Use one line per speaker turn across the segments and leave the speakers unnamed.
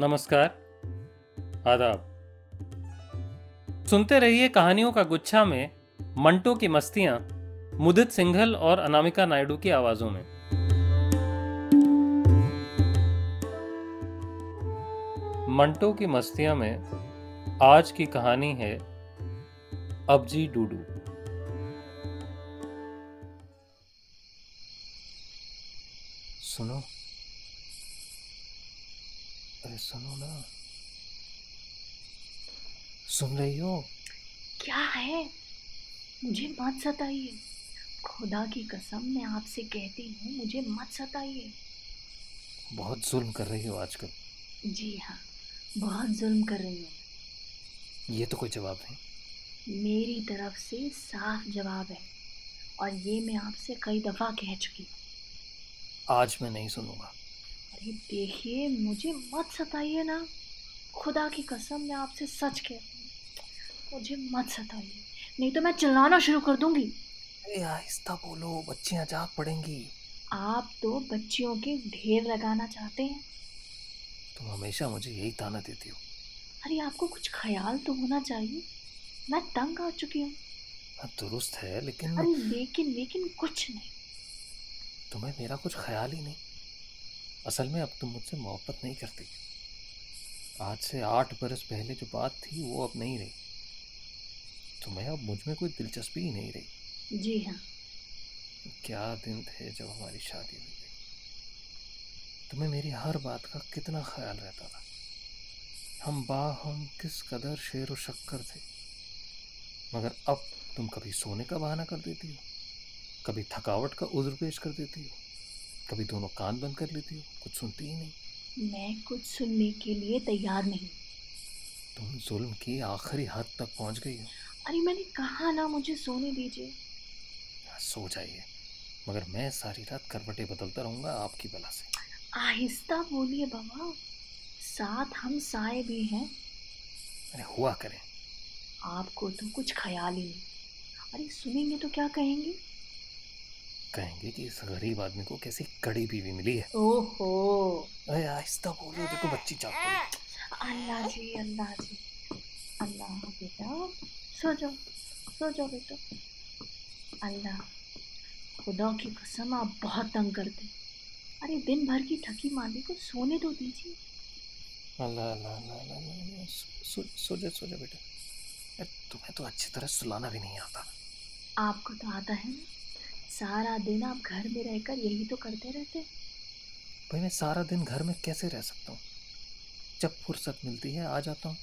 नमस्कार आदाब सुनते रहिए कहानियों का गुच्छा में मंटो की मस्तियां मुदित सिंघल और अनामिका नायडू की आवाजों में मंटो की मस्तियां में आज की कहानी है अबजी डूडू सुनो अरे सुनो ना सुन रही हो
क्या है मुझे मत सताइए खुदा की कसम मैं आपसे कहती हूँ मुझे मत सताइए
बहुत जुल्म कर रही हो आजकल
जी हाँ बहुत जुल्म कर रही हूँ
ये तो कोई जवाब नहीं
मेरी तरफ से साफ जवाब है और ये मैं आपसे कई दफ़ा कह चुकी हूँ
आज मैं नहीं सुनूंगा
अरे देखिए मुझे मत सताइए ना खुदा की कसम मैं आपसे सच कहती हूँ मुझे मत सताइए नहीं तो मैं चिल्लाना शुरू कर दूंगी
अरे आहिस्ता बोलो बच्चियां जाग पड़ेंगी
आप तो बच्चियों के ढेर लगाना चाहते हैं
तुम हमेशा मुझे यही ताना देती हो
अरे आपको कुछ ख्याल तो होना चाहिए मैं तंग आ चुकी हूँ
हाँ दुरुस्त है लेकिन
अरे लेकिन लेकिन कुछ नहीं
तुम्हें मेरा कुछ ख्याल ही नहीं असल में अब तुम मुझसे मोहब्बत नहीं करती आज से आठ बरस पहले जो बात थी वो अब नहीं रही तुम्हें अब मुझ में कोई दिलचस्पी ही नहीं रही
जी हाँ
क्या दिन थे जब हमारी शादी हुई थी तुम्हें मेरी हर बात का कितना ख्याल रहता था हम बा हम किस कदर शेर व शक्कर थे मगर अब तुम कभी सोने का बहाना कर देती हो कभी थकावट का उज्र पेश कर देती हो कभी दोनों कान बंद कर लेती हो कुछ सुनती ही नहीं
मैं कुछ सुनने के लिए तैयार नहीं
तुम जुल्म की आखिरी हद तक पहुंच गई हो
अरे मैंने कहा ना मुझे सोने दीजिए
हाँ, सो जाइए मगर मैं सारी रात करवटें बदलता रहूंगा आपकी बला से
आहिस्ता बोलिए बाबा साथ हम साए भी हैं
अरे हुआ करें
आपको तो कुछ ख्याल ही नहीं अरे सुनेंगे तो क्या कहेंगे
कहेंगे कि इस गरीब आदमी को कैसी कड़ी बीवी मिली है
ओहो
अरे आहिस्ता बोलो देखो बच्ची जाग पड़ी
अल्लाह जी अल्लाह जी अल्लाह बेटा सो जाओ सो जाओ बेटा अल्लाह खुदा की कसम आप बहुत तंग करते हैं। अरे दिन भर की थकी मांदी को सोने तो दीजिए
अल्लाह अल्लाह अल्लाह अल्लाह, अल्लाह सो- सो सो जा सो जा बेटा अरे तुम्हें तो अच्छी तरह सुलाना भी नहीं आता
आपको तो आता है ना सारा दिन आप घर में रहकर यही तो करते रहते हैं।
भाई मैं सारा दिन घर में कैसे रह सकता हूँ जब फुर्सत मिलती है आ जाता हूँ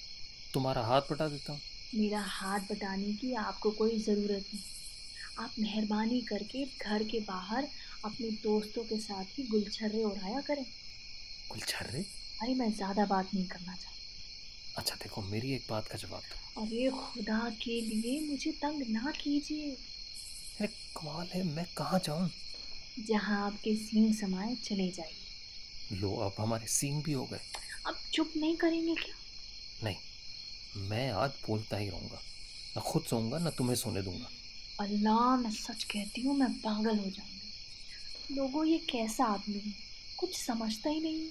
तुम्हारा हाथ बटा देता हूँ
मेरा हाथ बटाने की आपको कोई ज़रूरत नहीं आप मेहरबानी करके घर के बाहर अपने दोस्तों के साथ ही गुलछर्रे उड़ाया करें
कुल छर्रे
अरे मैं ज़्यादा बात नहीं करना चाहती
अच्छा देखो मेरी एक बात का जवाब दो
अरे खुदा के लिए मुझे तंग ना कीजिए
अरे कमाल है मैं कहाँ जाऊँ
जहाँ आपके सींग समाए चले जाइए
लो अब हमारे सीन भी हो गए
अब चुप नहीं करेंगे क्या
मैं आज बोलता ही रहूँगा ना खुद सोऊंगा ना तुम्हें सोने दूंगा
अल्लाह मैं सच कहती हूँ मैं पागल हो जाऊंगी लोगों ये कैसा आदमी है कुछ समझता ही नहीं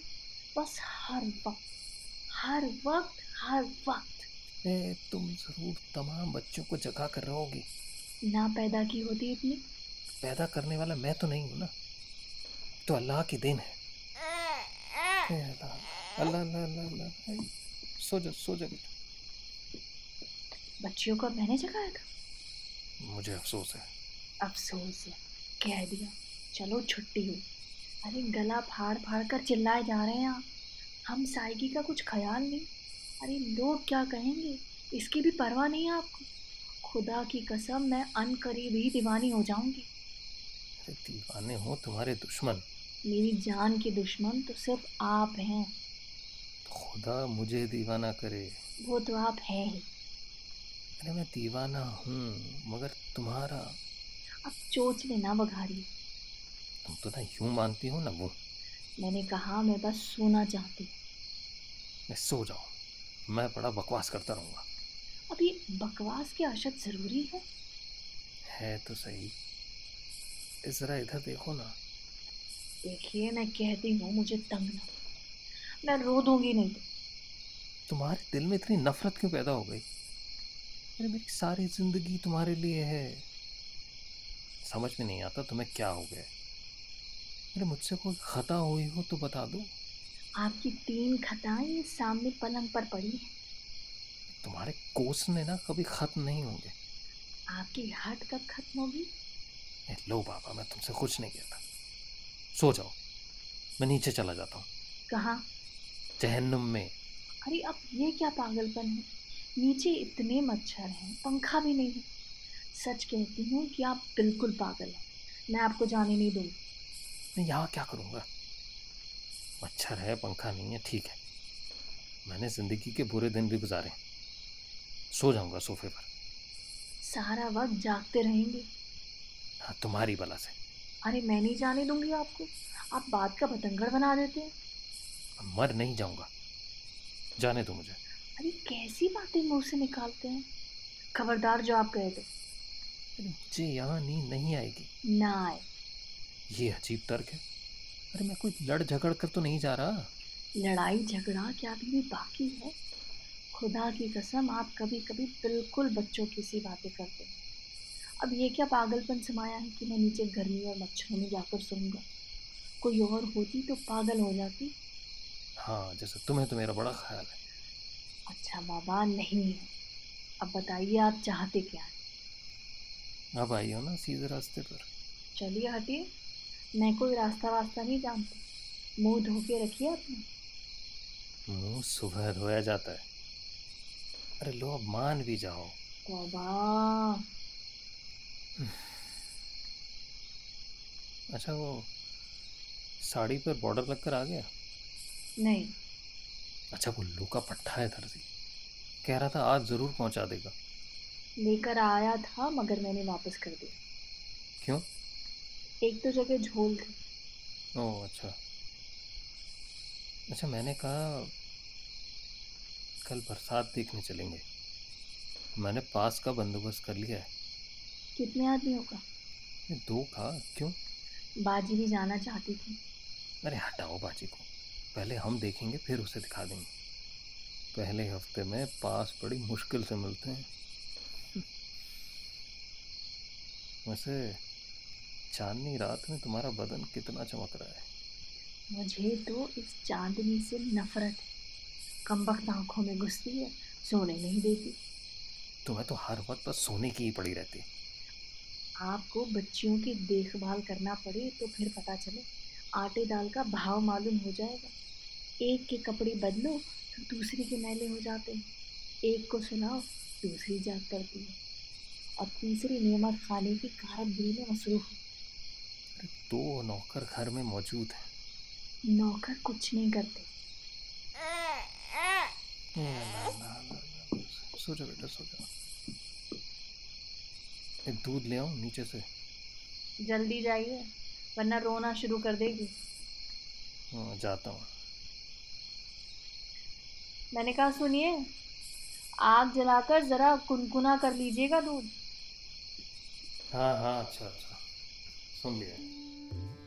बस हर वक्त हर वक्त हर वक्त
ए, तुम जरूर तमाम बच्चों को जगा कर रहोगी
ना पैदा की होती इतनी
पैदा करने वाला मैं तो नहीं हूँ ना तो अल्लाह की देन है ए, अल्लाह अल्लाह अल्लाह अल्लाह अल्लाह ए, सो जा सो जा बेटा
बच्चियों को मैंने जगाया
मुझे अफसोस है
था अफसोस है कह दिया चलो छुट्टी हो अरे गला फाड़ फाड़ कर चिल्लाए जा रहे हैं आप हम साइकी का कुछ ख्याल नहीं अरे लोग क्या कहेंगे इसकी भी परवाह नहीं है आपको खुदा की कसम मैं अनकरीब ही दीवानी हो जाऊंगी
अरे दीवाने हो तुम्हारे दुश्मन
मेरी जान के दुश्मन तो सिर्फ आप हैं
तो खुदा मुझे दीवाना करे
वो तो आप हैं ही
अरे मैं दीवाना हूँ मगर तुम्हारा
अब चोच में ना बघाड़िए
तुम तो ना यूँ मानती हो ना वो
मैंने कहा मैं बस सोना चाहती हूँ
मैं सो जाओ मैं बड़ा बकवास करता रहूँगा
अब ये बकवास के अशद ज़रूरी है
है तो सही ज़रा इधर देखो ना
देखिए मैं कहती हूँ मुझे तंग ना करो। मैं रो दूंगी नहीं तो
तुम्हारे दिल में इतनी नफरत क्यों पैदा हो गई अरे मेरी सारी जिंदगी तुम्हारे लिए है समझ में नहीं आता तुम्हें क्या हो गया है। अरे मुझसे कोई खता हुई हो तो बता दो
आपकी तीन खताएं सामने पलंग पर पड़ी हैं
तुम्हारे कोसने ना कभी खत्म नहीं होंगे
आपकी हट कब खत्म होगी
ए, लो बाबा मैं तुमसे कुछ नहीं कहता सो जाओ मैं नीचे चला जाता हूँ
कहाँ
जहन्नुम में
अरे अब ये क्या पागलपन है नीचे इतने मच्छर हैं पंखा भी नहीं है सच कहती हूँ कि आप बिल्कुल पागल हैं मैं आपको जाने नहीं दूंगी
मैं यहाँ क्या करूँगा मच्छर है पंखा नहीं है ठीक है मैंने जिंदगी के बुरे दिन भी गुजारे हैं। सो जाऊंगा सोफे पर
सारा वक्त जागते रहेंगे
हाँ तुम्हारी बला से
अरे मैं नहीं जाने दूंगी आपको आप बात का बतंगड़ बना देते हैं
मैं मर नहीं जाऊंगा जाने दो मुझे
अरे कैसी बातें मुंह से निकालते हैं खबरदार तो। जो आप गए थे
अरे मुझे यहाँ नींद नहीं आएगी
ना आए
ये अजीब तर्क है अरे मैं कोई लड़ झगड़ कर तो नहीं जा रहा
लड़ाई झगड़ा क्या अभी भी बाकी है खुदा की कसम आप कभी कभी बिल्कुल बच्चों की सी बातें करते हैं अब ये क्या पागलपन समाया है कि मैं नीचे गर्मी और मच्छरों में जाकर सोऊंगा कोई और होती तो पागल हो जाती
हाँ जैसे तुम्हें तो मेरा बड़ा ख्याल है
अच्छा बाबा नहीं है अब बताइए आप चाहते क्या है
अब आई हो ना सीधे रास्ते पर
चलिए हटिए मैं कोई रास्ता वास्ता नहीं जानती मुंह धो के रखिए अपना
मुंह सुबह धोया जाता है अरे लो अब मान भी जाओ
बाबा
अच्छा वो साड़ी पर बॉर्डर लगकर आ गया
नहीं
अच्छा वो लू का पट्टा है दर्जी कह रहा था आज ज़रूर पहुंचा देगा
लेकर आया था मगर मैंने वापस कर दिया
क्यों
एक तो जगह झोल थे
ओह अच्छा अच्छा मैंने कहा कल बरसात देखने चलेंगे मैंने पास का बंदोबस्त कर लिया है
कितने आदमियों का
ये दो का क्यों
बाजी भी जाना चाहती थी
अरे हटाओ बाजी को पहले हम देखेंगे फिर उसे दिखा देंगे पहले हफ्ते में पास बड़ी मुश्किल से मिलते हैं वैसे चांदनी रात में तुम्हारा बदन कितना चमक रहा है
मुझे तो इस चांदनी से नफरत है कमबख्त आंखों में घुसती है सोने नहीं देती
तुम्हें तो हर वक्त बस सोने की ही पड़ी रहती है
आपको बच्चियों की देखभाल करना पड़े तो फिर पता चले आटे दाल का भाव मालूम हो जाएगा एक के कपड़े बदलो तो दूसरे के मैले हो जाते हैं एक को सुनाओ दूसरी जाग करती है और तीसरी नेमत खाने की कारतगिरी में मसरूफ है
अरे दो नौकर घर में मौजूद हैं
नौकर कुछ नहीं करते
ना, ना, ना, ना, ना, सो जाओ बेटा सो जाओ एक दूध ले आऊँ नीचे से
जल्दी जाइए वरना रोना शुरू कर देगी
हाँ जाता हूँ
मैंने कहा सुनिए आग जलाकर ज़रा कुनकुना कर लीजिएगा दूध
हाँ हाँ अच्छा अच्छा सुन लिया